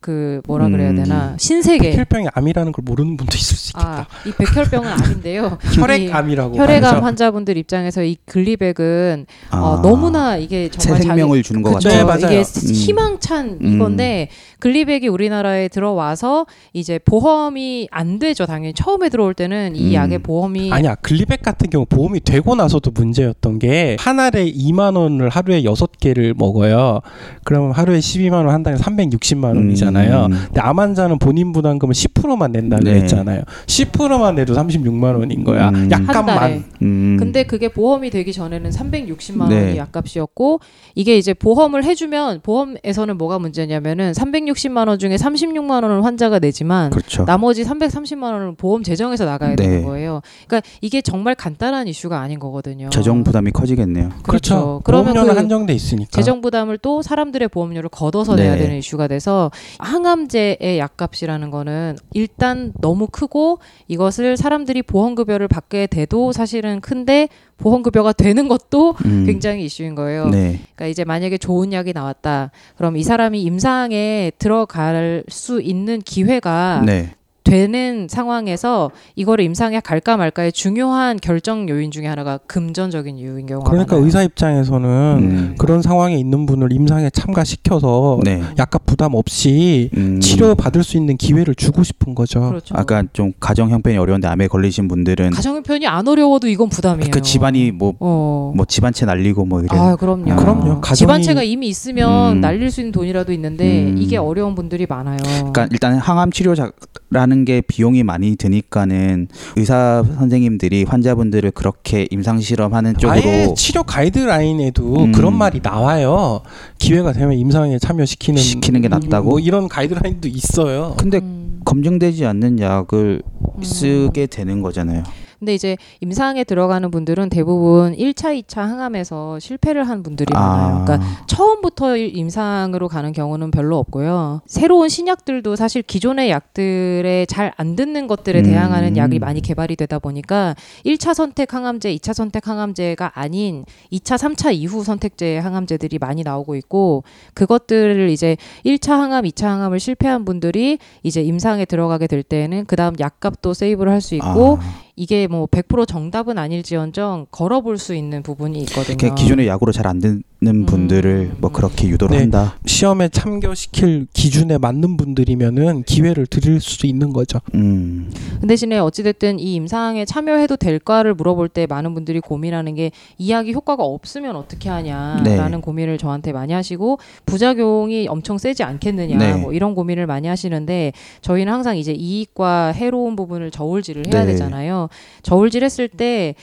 그 뭐라 그래야 음. 되나 신세계 백혈병이 암이라는 걸 모르는 분도 있을 수 있겠다. 네. 아, 이 백혈병은 암인데요. 이 혈액암이라고. 혈액암 말이죠. 환자분들 입장에서 이 글리백은 아, 어, 너무나 이게 새 정말 생명을 주는 것 그쵸. 자기 같아요. 네, 그쵸. 맞아요. 이게 음. 희망찬 음. 이건데 글리백이 우리나라에 들어와서 이제 보험이 안 되죠. 당연히 처음에 들어올 때는 이 음. 약의 보험이 아니야 글리백 같은 경우 보험이 되고 나서도 문제였던 게 한 알에 2만 원을 하루에 여섯 개를 먹어요. 그러면 하루에 12만 원 한 달에 360만 원이잖아요. 음. 근데 암 환자는 본인 부담금을 10%만 낸다 네. 그랬잖아요. 10%만 내도 36만 원인 거야. 음. 한 달에. 약값만. 음. 근데 그게 보험이 되기 전에는 360만 원이 네. 약값이었고 이게 이제 보험을 해주면 보험에서는 뭐가 문제냐면은 360만 원 중에 36만 원은 환자가 내지만 그렇죠. 나머지 330만 원은 보험 재정에서 나가야 네. 되는 거예요. 그러니까 이게 정말 간단한 이슈가 아닌 거거든요. 재정 부담이 커지겠네요. 그렇죠. 그러면 보험료는 그 한정돼 아. 있으니까. 재정 부담을 또 사람들의 보험료를 걷어서 네. 내야 되는 이슈가 돼서 항암제의 약값이라는 거는 일단 너무 크고 이것을 사람들이 보험급여를 받게 돼도 사실은 큰데 보험급여가 되는 것도 음. 굉장히 이슈인 거예요. 네. 그러니까 이제 만약에 좋은 약이 나왔다. 그럼 이 사람이 임상에 들어갈 수 있는 기회가 네. 되는 상황에서 이거를 임상에 갈까 말까의 중요한 결정 요인 중에 하나가 금전적인 이유인 경우가 그러니까 많아요. 의사 입장에서는 음. 그런 상황에 있는 분을 임상에 어, 참가시켜서 네. 약간 부담 없이 음. 치료 받을 수 있는 기회를 주고 싶은 거죠. 그렇죠. 아까 좀 가정 형편이 어려운데 암에 걸리신 분들은 가정 형편이 안 어려워도 이건 부담이에요. 그 집안이 뭐 뭐 어. 집안채 날리고 뭐 이런 아, 그럼요. 아. 그럼요. 가정이 집안채가 이미 있으면 음. 날릴 수 있는 돈이라도 있는데 음. 이게 어려운 분들이 많아요. 그러니까 일단 항암 치료라는 게 비용이 많이 드니까는 의사 선생님들이 환자분들을 그렇게 임상 실험하는 쪽으로 아예 치료 가이드라인에도 음. 그런 말이 나와요. 기회가 되면 임상에 참여시키는 그 시키는 게 낫다고. 뭐 이런 가이드라인도 있어요. 근데 음. 검증되지 않는 약을 음. 쓰게 되는 거잖아요. 근데 이제 임상에 들어가는 분들은 대부분 1차, 2차 항암에서 실패를 한 분들이 많아요. 그러니까 처음부터 임상으로 가는 경우는 별로 없고요. 새로운 신약들도 사실 기존의 약들에 잘 안 듣는 것들에 음. 대항하는 약이 많이 개발이 되다 보니까 1차 선택 항암제, 2차 선택 항암제가 아닌 2차, 3차 이후 선택제 항암제들이 많이 나오고 있고 그것들을 이제 1차 항암, 2차 항암을 실패한 분들이 이제 임상에 들어가게 될 때에는 그다음 약값도 세이브를 할 수 있고 아, 이게 뭐 100% 정답은 아닐지언정 걸어볼 수 있는 부분이 있거든요. 이렇게 기존의 약으로 잘 안 듣는 음. 분들을 뭐 그렇게 유도를 네. 한다. 시험에 참여시킬 기준에 맞는 분들이면은 기회를 드릴 수도 있는 거죠. 음. 그 대신에 어찌됐든 이 임상에 참여해도 될까를 물어볼 때 많은 분들이 고민하는 게 이약이 효과가 없으면 어떻게 하냐라는 네. 고민을 저한테 많이 하시고 부작용이 엄청 세지 않겠느냐 네. 뭐 이런 고민을 많이 하시는데 저희는 항상 이제 이익과 해로운 부분을 저울질을 해야 네. 되잖아요. 저울질했을 때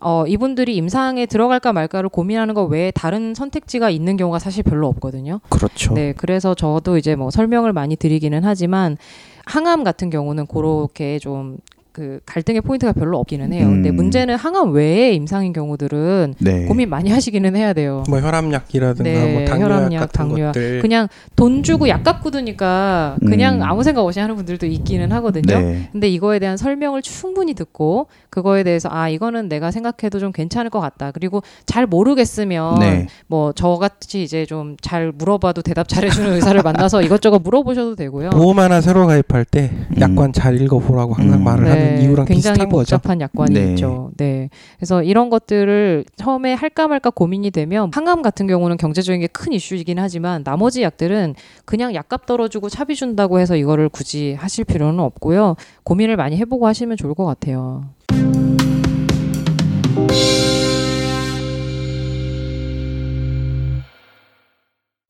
어, 이분들이 임상에 들어갈까 말까를 고민하는 것 외에 다른 선택지가 있는 경우가 사실 별로 없거든요. 그렇죠. 네, 그래서 저도 이제 뭐 설명을 많이 드리기는 하지만 항암 같은 경우는 그렇게 좀 그 갈등의 포인트가 별로 없기는 해요. 근데 음. 문제는 항암 외에 임상인 경우들은 네. 고민 많이 하시기는 해야 돼요. 뭐 혈압약이라든가 네, 뭐 당뇨약 혈압약, 같은 당뇨약. 것들. 그냥 돈 주고 약 갖고 드니까 그냥 네. 음. 아무 생각 없이 하는 분들도 있기는 하거든요. 네. 근데 이거에 대한 설명을 충분히 듣고 그거에 대해서 아 이거는 내가 생각해도 좀 괜찮을 것 같다. 그리고 잘 모르겠으면 네. 뭐 저같이 이제 좀 잘 물어봐도 대답 잘해주는 의사를 만나서 이것저것 물어보셔도 되고요. 보험 하나 새로 가입할 때 약관 잘 읽어보라고 항상 음. 말을 하는 이유랑 네, 굉장히 비슷한 거죠. 복잡한 약관이 네. 있죠. 네, 그래서 이런 것들을 처음에 할까 말까 고민이 되면 항암 같은 경우는 경제적인 게 큰 이슈이긴 하지만 나머지 약들은 그냥 약값 떨어주고 차비 준다고 해서 이거를 굳이 하실 필요는 없고요. 고민을 많이 해보고 하시면 좋을 것 같아요.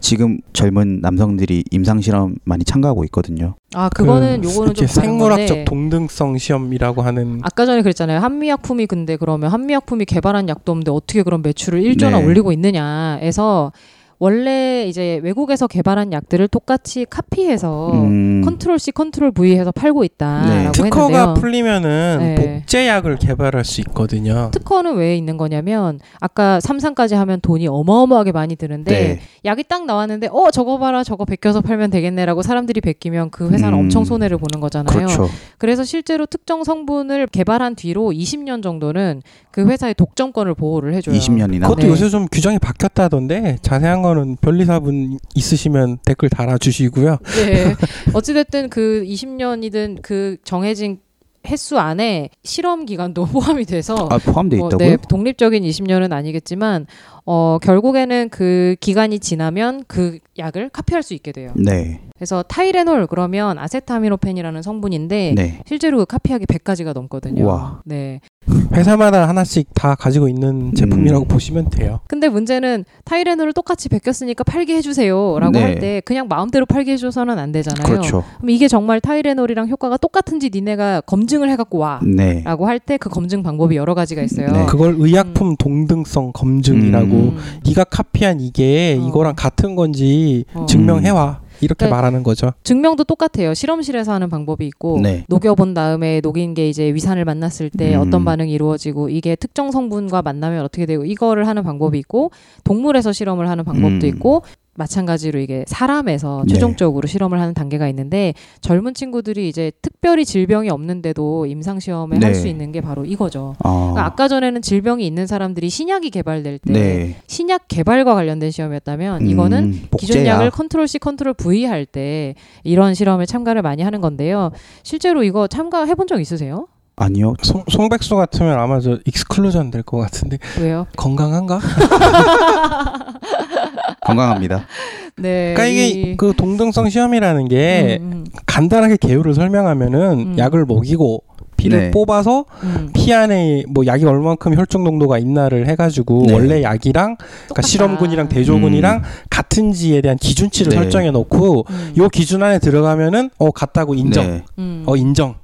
지금 젊은 남성들이 임상 실험 많이 참가하고 있거든요. 아 그거는 요거는 이렇게 좀 다른 생물학적 건데. 동등성 시험이라고 음. 하는 아까 전에 그랬잖아요. 한미약품이 근데 그러면 한미약품이 개발한 약도 없는데 어떻게 그런 매출을 1조나 네. 올리고 있느냐에서 원래 이제 외국에서 개발한 약들을 똑같이 카피해서 음. 네. 컨트롤 C 컨트롤 V 해서 팔고 있다라고 특허가 했는데요. 풀리면은 네. 복제약을 개발할 수 있거든요. 특허는 왜 있는 거냐면 아까 삼상까지 하면 돈이 어마어마하게 많이 드는데 네. 약이 딱 나왔는데 어 저거 봐라 저거 베껴서 팔면 되겠네라고 사람들이 베끼면 그 회사는 음. 엄청 손해를 보는 거잖아요. 그렇죠. 그래서 실제로 특정 성분을 개발한 뒤로 20년 정도는 그 회사의 독점권을 보호를 해줘요. 20년이나. 그것도 네. 요새 좀 규정이 바뀌었다던데 자세한 거는 변리사분 있으시면 댓글 달아주시고요. 네. 어찌됐든 그 20년이든 그 정해진 횟수 안에 실험 기간도 포함이 돼서 아, 포함돼 뭐, 있다고요? 네, 독립적인 20년은 아니겠지만 어, 결국에는 그 기간이 지나면 그 약을 카피할 수 있게 돼요. 네. 그래서 타이레놀 그러면 아세타미노펜이라는 성분인데 네. 실제로 그 카피하기 100가지가 넘거든요. 와. 네. 회사마다 하나씩 다 가지고 있는 제품이라고 음. 보시면 돼요. 근데 문제는 타이레놀을 똑같이 베꼈으니까 팔게 해주세요라고 네. 할 때 그냥 마음대로 팔게 해줘서는 안 되잖아요. 그렇죠. 럼 이게 정말 타이레놀이랑 효과가 똑같은지 니네가 검증을 해갖고 와. 네. 라고 할 때 그 검증 방법이 여러 가지가 있어요. 네. 그걸 의약품 동등성 검증이라고 음. 네가 카피한 이게 어. 이거랑 같은 건지 어. 증명해와 이렇게 그러니까 말하는 거죠. 증명도 똑같아요. 실험실에서 하는 방법이 있고 네. 녹여본 다음에 녹인 게 이제 위산을 만났을 때 음. 어떤 반응이 이루어지고 이게 특정 성분과 만나면 어떻게 되고 이거를 하는 방법이 있고 동물에서 실험을 하는 방법도 음. 있고 마찬가지로 이게 사람에서 네. 최종적으로 실험을 하는 단계가 있는데 젊은 친구들이 이제 특별히 질병이 없는데도 임상 시험을 네. 할 수 있는 게 바로 이거죠. 아, 그러니까 아까 전에는 질병이 있는 사람들이 신약이 개발될 때 네. 신약 개발과 관련된 시험이었다면 이거는 음, 기존 복제약. 약을 컨트롤 C, 컨트롤 V 할 때 이런 실험에 참가를 많이 하는 건데요. 실제로 이거 참가해 본 적 있으세요? 아니요. 송, 송백수 같으면 아마 저 익스클루전 될 것 같은데 왜요? 건강한가? 건강합니다. 네. 그러니까 이게 이- 그 음. 동등성 시험이라는 게 음, 간단하게 개요를 설명하면은 음. 약을 먹이고 피를 네. 뽑아서 음, 음. 피 안에 뭐 약이 얼만큼 혈중 농도가 있나를 해가지고 네. 원래 약이랑 그러니까 똑같다. 실험군이랑 대조군이랑 음. 같은지에 대한 기준치를 네. 설정해 놓고 음, 요 기준 안에 들어가면은 어 같다고 인정 네. 음. 어 인정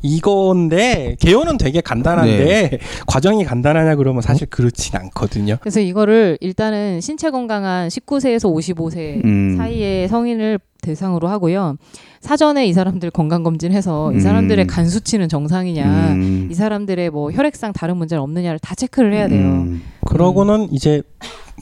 이건데 개요는 되게 간단한데 네. 과정이 간단하냐 그러면 사실 그렇진 않거든요. 그래서 이거를 일단은 신체 건강한 19세에서 55세 음. 사이의 성인을 대상으로 하고요. 사전에 이 사람들 건강 검진해서 음. 이 사람들의 간 수치는 정상이냐, 음. 이 사람들의 뭐 혈액상 다른 문제는 없느냐를 다 체크를 해야 돼요. 음. 그러고는 이제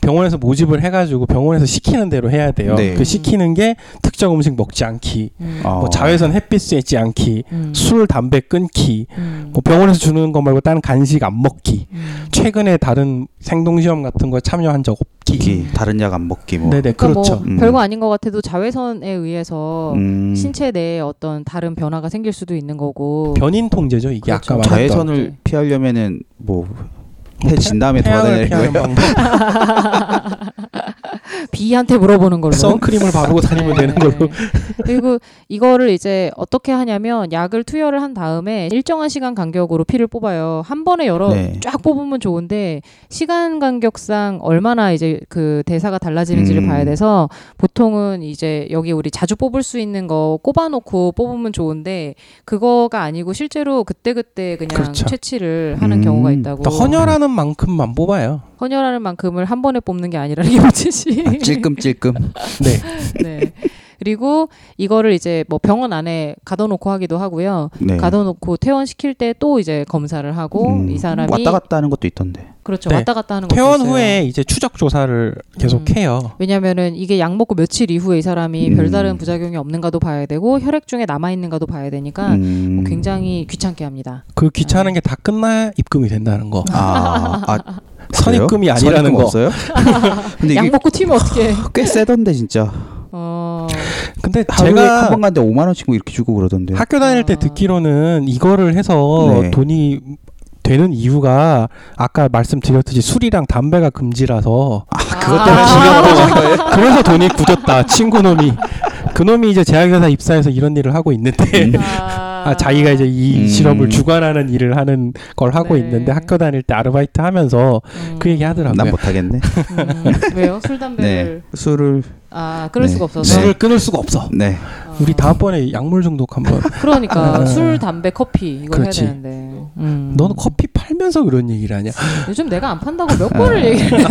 병원에서 모집을 해가지고 병원에서 시키는 대로 해야 돼요. 네. 그 시키는 게 특정 음식 먹지 않기, 음, 어. 뭐 자외선 햇빛 쐬지 않기, 음, 술 담배 끊기, 음, 뭐 병원에서 주는 것 말고 다른 간식 안 먹기, 음. 최근에 다른 생동 시험 같은 거에 참여한 적 없기. 특히 다른 약 안 먹기 뭐. 음. 네네 그러니까 그렇죠. 뭐 음. 별거 아닌 것 같아도 자외선에 의해서 음. 어, 신체 내에 어떤 다른 변화가 생길 수도 있는 거고. 변인 통제죠 이게 아까 그렇죠. 말했던 자외선을 네. 피하려면은 뭐 해진 다음에 태양을 덜어내는 피하는 거예요. 방법, B한테 물어보는 걸로. 선크림을 바르고 다니면 되는 걸로. 네. 그리고 이거를 이제 어떻게 하냐면 약을 투여를 한 다음에 일정한 시간 간격으로 피를 뽑아요. 한 번에 여러 네. 쫙 뽑으면 좋은데 시간 간격상 얼마나 이제 그 대사가 달라지는지를 음. 봐야 돼서 보통은 이제 여기 우리 자주 뽑을 수 있는 거 꼽아놓고 뽑으면 좋은데 그거가 아니고 실제로 그때그때 그냥 그렇죠. 채취를 하는 음. 경우가 있다고. 그러니까 헌혈하는 만큼만 뽑아요. 헌혈하는 만큼을 한 번에 뽑는 게 아니라는 게 문제지. 아, 찔끔찔끔. 네. 네. 그리고 이거를 이제 뭐 병원 안에 가둬놓고 하기도 하고요. 네. 가둬놓고 퇴원시킬 때 또 이제 검사를 하고 음. 이 사람이 왔다 갔다 하는 것도 있던데. 그렇죠 네. 왔다 갔다 하는 것도 퇴원 있어요. 후에 이제 추적 조사를 계속 음. 해요. 왜냐면은 이게 약 먹고 며칠 이후에 이 사람이 음. 별다른 부작용이 없는가도 봐야 되고 혈액 중에 남아 있는가도 봐야 되니까 음. 뭐 굉장히 귀찮게 합니다. 그 귀찮은 게 다 끝나야 입금이 된다는 거. 아, 아 선입금이 그래요? 아니라는 선입금 거. 없어요? 근데 약 이게 먹고 튀면 어떻게? 꽤 세던데 진짜. 어 근데 하루에 제가 한번 갔는데 5만 원씩 뭐 이렇게 주고 그러던데. 학교 다닐 때 아. 듣기로는 이거를 해서 네. 돈이 되는 이유가 아까 말씀드렸듯이 술이랑 담배가 금지라서 그것 때문에 아, 지겹다는 거예요. 그래서 돈이 굳었다 친구 놈이 그 놈이 이제 제약회사 입사해서 이런 일을 하고 있는데 음. 아, 아, 자기가 이제 이 음. 실험을 주관하는 일을 하는 걸 하고 네. 있는데 학교 다닐 때 아르바이트 하면서 음, 그 얘기 하더라고요. 난 못하겠네. 음, 왜요? 술 담배를 네. 술을 아 그럴 네. 수가 없어서 술을 끊을 수가 없어. 네. 아. 우리 다음번에 약물 중독 한번. 그러니까 아. 술, 담배, 커피 이걸 그렇지. 해야 되는데. 음. 너는 커피 팔면서 그런 얘기를 하냐? 요즘 내가 안 판다고 몇 번을 얘기를 해.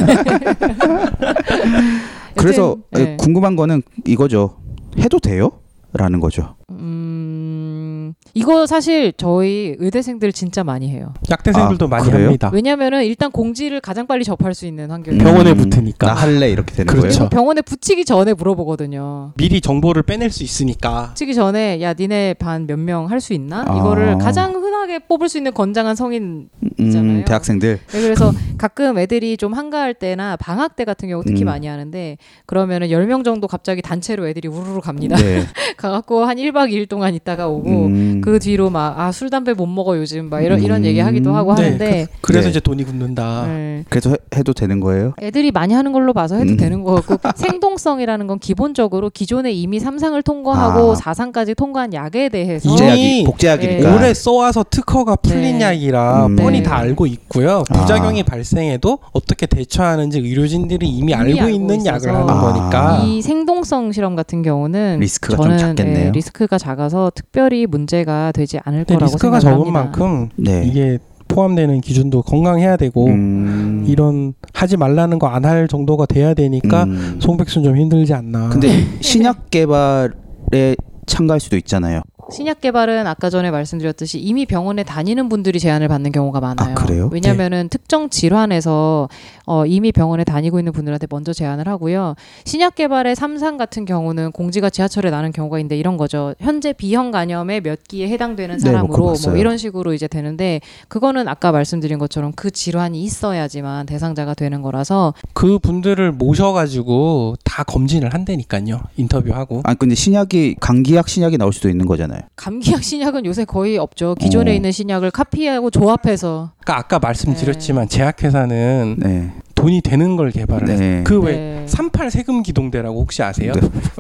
그래서 여튼, 에, 예. 궁금한 거는 이거죠. 해도 돼요? 라는 거죠. 음, 이거 사실 저희 의대생들 진짜 많이 해요. 약대생들도 아, 많이 그래요? 합니다. 왜냐면은 일단 공지를 가장 빨리 접할 수 있는 환경이 병원- 병원에 음, 붙으니까. 나 할래 이렇게 되는 그렇죠. 거예요. 병원에 붙이기 전에 물어보거든요. 미리 정보를 빼낼 수 있으니까. 붙이기 전에 야 니네 반 몇 명 할 수 있나? 아. 이거를 가장 흔하게 뽑을 수 있는 건장한 성인 있잖아요. 음, 대학생들. 네, 그래서 가끔 애들이 좀 한가할 때나 방학 때 같은 경우 특히 음. 많이 하는데 그러면은 10명 정도 갑자기 단체로 애들이 우르르 갑니다. 네. 가갖고 한 1박 2일 동안 있다가 오고 음, 그 뒤로 막 아 술 담배 못 먹어 요즘 막 이런 이런 음. 얘기 하기도 하고 네, 아. 하는데 그래서 네. 이제 돈이 굳는다. 네. 그래서 해, 해도 되는 거예요? 애들이 많이 하는 걸로 봐서 해도 음. 되는 거 같고 생동성이라는 건 기본적으로 기존에 이미 삼상을 통과하고 아. 사상까지 통과한 약에 대해서 이제 복제약이 이미 복제약이니까. 오래 써와서 특허가 풀린 네. 약이라 네. 음. 뻔히 네. 다 알고 있고요. 아. 부작용이 발생해도 어떻게 대처하는지 의료진들이 이미, 알고, 알고 있는 있어서. 약을 하는 아. 거니까. 이 생동성 실험 같은 경우는 리스크가 좀 저는 작겠네요. 예, 리스크가 작아서 특별히 문제가 되지 않을 근데 거라고 네, 리스크가 생각을 적은 합니다. 만큼 네. 이게 포함되는 기준도 건강해야 되고 음, 이런 하지 말라는 거 안 할 정도가 아. 돼야 되니까 음. 송백순 좀 힘들지 않나. 근데 신약 개발에 참가할 수도 있잖아요. 신약 개발은 아까 전에 말씀드렸듯이 이미 병원에 다니는 분들이 제한을 받는 경우가 많아요. 아, 그래요? 왜냐면은 특정 질환에서 어, 이미 병원에 다니고 있는 분들한테 먼저 제한을 하고요. 신약 개발의 삼상 같은 경우는 공지가 지하철에 나는 경우가 있는데 이런 거죠. 현재 비형 간염의 몇 기에 해당되는 네, 뭐 그거 사람으로 봤어요. 뭐 이런 식으로 이제 되는데 그거는 아까 말씀드린 것처럼 그 질환이 있어야지만 대상자가 되는 거라서 그 분들을 모셔가지고 다 검진을 한다니까요. 인터뷰하고. 어? 아니 근데 신약이 감기약 신약이 나올 수도 있는 거잖아요. 감기약 신약은 요새 거의 없죠. 기존에 어. 있는 신약을 카피하고 조합해서 그러니까 아까 말씀드렸지만 네. 제약회사는 네. 돈이 되는 걸 개발을 해요. 네. 음, 그왜 네. 38 세금 기동대라고 혹시 아세요?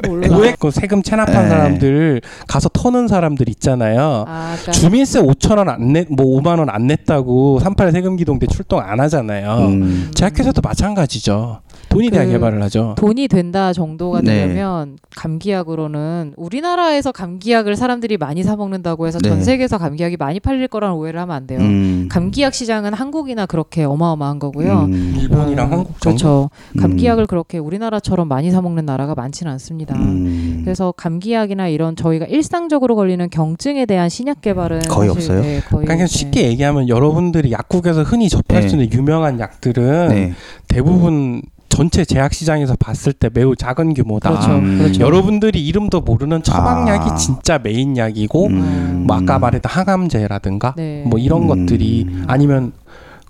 몰라요. 고액 그 세금 체납한 네. 사람들 가서 터는 사람들 있잖아요. 아, 그러니까 주민세 5천 원 안 내, 뭐 5만 원 안 냈다고 38 세금 기동대 출동 안 하잖아요. 음. 제약회사도 마찬가지죠. 돈이 돼야 그- 개발을 하죠. 돈이 된다 정도가 네. 되려면 감기약으로는 우리나라에서 감기약을 사람들이 많이 사 먹는다고 해서 전 네. 세계에서 감기약이 많이 팔릴 거라는 오해를 하면 안 돼요. 음. 감기약 시장은 한국이나 그렇게 어마어마한 거고요. 음. 일본이랑 어, 한국 정도. 그렇죠. 감기약을 음. 그렇게 우리나라처럼 많이 사 먹는 나라가 많지는 않습니다. 음. 그래서 감기약이나 이런 저희가 일상적으로 걸리는 경증에 대한 신약 개발은 거의 사실, 없어요? 네, 거의 그러니까 그냥 네. 쉽게 얘기하면 여러분들이 약국에서 흔히 접할 네. 수 있는 유명한 약들은 네. 대부분 전체 제약 시장에서 봤을 때 매우 작은 규모다. 그렇죠. 음. 그렇죠. 여러분들이 이름도 모르는 처방약이 아. 진짜 메인 약이고 음. 뭐 아까 말했던 항암제라든가 네. 뭐 이런 음. 것들이 아니면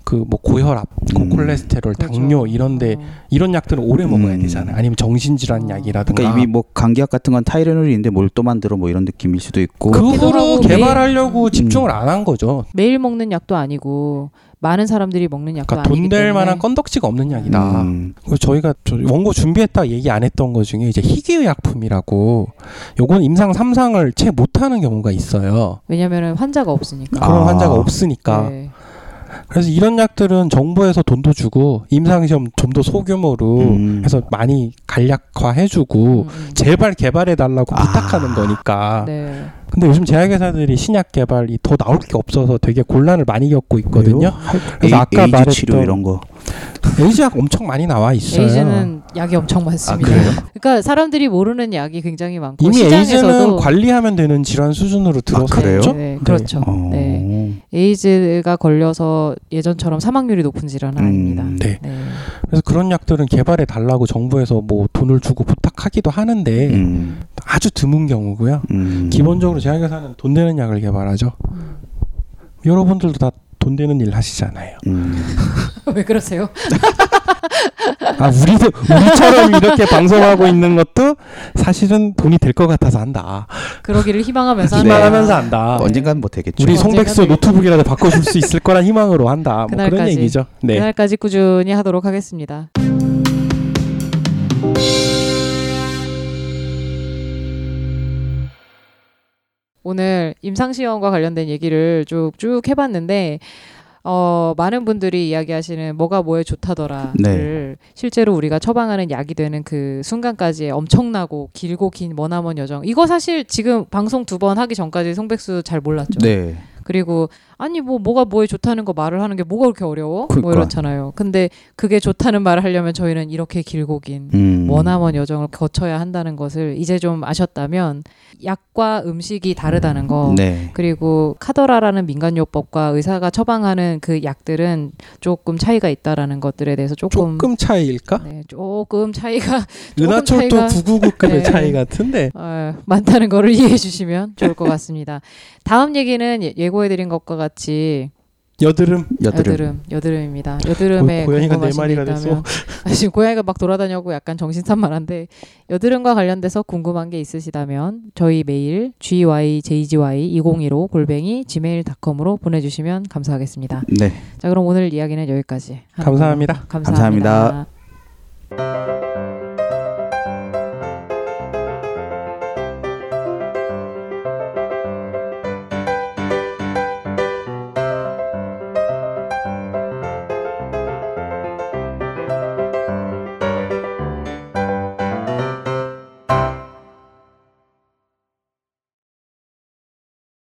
그 뭐 고혈압, 음. 고콜레스테롤, 그렇죠. 당뇨 이런데 어. 이런 약들은 오래 먹어야 음. 되잖아요. 아니면 정신질환 어. 약이라든가. 그러니까 이미 뭐 감기약 같은 건 타이레놀이 있는데 뭘 또 만들어 뭐 음. 이런 느낌일 수도 있고. 그렇기도 하고 그거로 개발하려고 매일- 집중을 안 한 거죠. 매일 먹는 약도 아니고 많은 사람들이 먹는 약도 그러니까 그렇죠. 돈 아니기 될 때문에 만한 건덕지가 없는 약이다. 음. 그리고 저희가 저 원고 준비했다 얘기 안 했던 것 중에 이제 희귀의약품이라고 요건 임상 3상을 채 못하는 경우가 있어요. 왜냐면은 환자가 없으니까. 그런 아. 환자가 없으니까. 네. 그래서 이런 약들은 정부에서 돈도 주고 임상시험 좀 더 소규모로 음. 해서 많이 간략화해주고 음, 음. 제발 개발해달라고 아. 부탁하는 거니까. 네. 근데 요즘 제약회사들이 신약 개발이 더 나올 게 없어서 되게 곤란을 많이 겪고 있거든요. 그래서 에이, 아까 에이즈 말했던 치료 이런 거. 에이즈약 엄청 많이 나와 있어요. 에이즈는 뭐 약이 엄청 아, 많습니다. 그래요? 그러니까 사람들이 모르는 약이 굉장히 많고 이미 에이즈는 시장에서도 관리하면 되는 질환 수준으로 들어섰죠. 아, 그래요? 네, 그렇죠. 어. 네. 에이즈가 걸려서 예전처럼 사망률이 높은 질환은 아닙니다. 음. 네. 네. 그래서 그런 약들은 개발해 달라고 정부에서 뭐 돈을 주고 부탁하기도 하는데 음. 아주 드문 경우고요. 음. 기본적으로 제약회사는 돈 되는 약을 개발하죠. 음. 여러분들도 다 돈 되는 일 하시잖아요. 음. 왜 그러세요? 아 우리도 우리처럼 이렇게 방송하고 있는 것도 사실은 돈이 될 것 같아서 한다. 그러기를 희망하면서 네. 한다. 희망하면서 한다. 뭐 언젠간 못 되겠죠. 아, 우리 그렇죠. 송백수 언젠가는- 노트북이라도 바꿔줄 수 있을 거란 희망으로 한다. 뭐 그런 그날까지. 얘기죠. 네. 그날까지 꾸준히 하도록 하겠습니다. 오늘 임상시험과 관련된 얘기를 쭉쭉 해봤는데 어, 많은 분들이 이야기하시는 뭐가 뭐에 좋다더라를 실제로 우리가 처방하는 약이 되는 그 순간까지의 엄청나고 길고 긴 머나먼 여정 이거 사실 지금 방송 두 번 하기 전까지 송백수 잘 몰랐죠. 네. 그리고 아니 뭐 뭐가 뭐에 좋다는 거 말을 하는 게 뭐가 그렇게 어려워? 뭐 그러니까. 이렇잖아요. 근데 그게 좋다는 말을 하려면 저희는 이렇게 길고 긴 음. 머나먼 여정을 거쳐야 한다는 것을 이제 좀 아셨다면 약과 음식이 다르다는 거 네. 그리고 카더라라는 민간요법과 의사가 처방하는 그 약들은 조금 차이가 있다라는 것들에 대해서 조금 조금 차이일까? 네, 조금 차이가 조금 은하철도 차이가- 999급의 네. 차이 같은데. 어, 많다는 거를 이해해 주시면 좋을 것 같습니다. 다음 얘기는 예- 예고해드린 것과 같이 여드름 여드름. 여드름, 여드름 입니다 여드름에 고- 고양이가 네 궁금하신 게 마리가 있다면 지금 고양이가 막 돌아다녀고 약간 정신산만한데 여드름과 관련돼서 궁금한 게 있으시다면 저희 메일 gyjgy2015 골뱅이 gmail.com으로 보내주시면 감사하겠습니다. 네. 자 그럼 오늘 이야기는 여기까지. 하는 걸로. 감사합니다. 감사합니다. 감사합니다.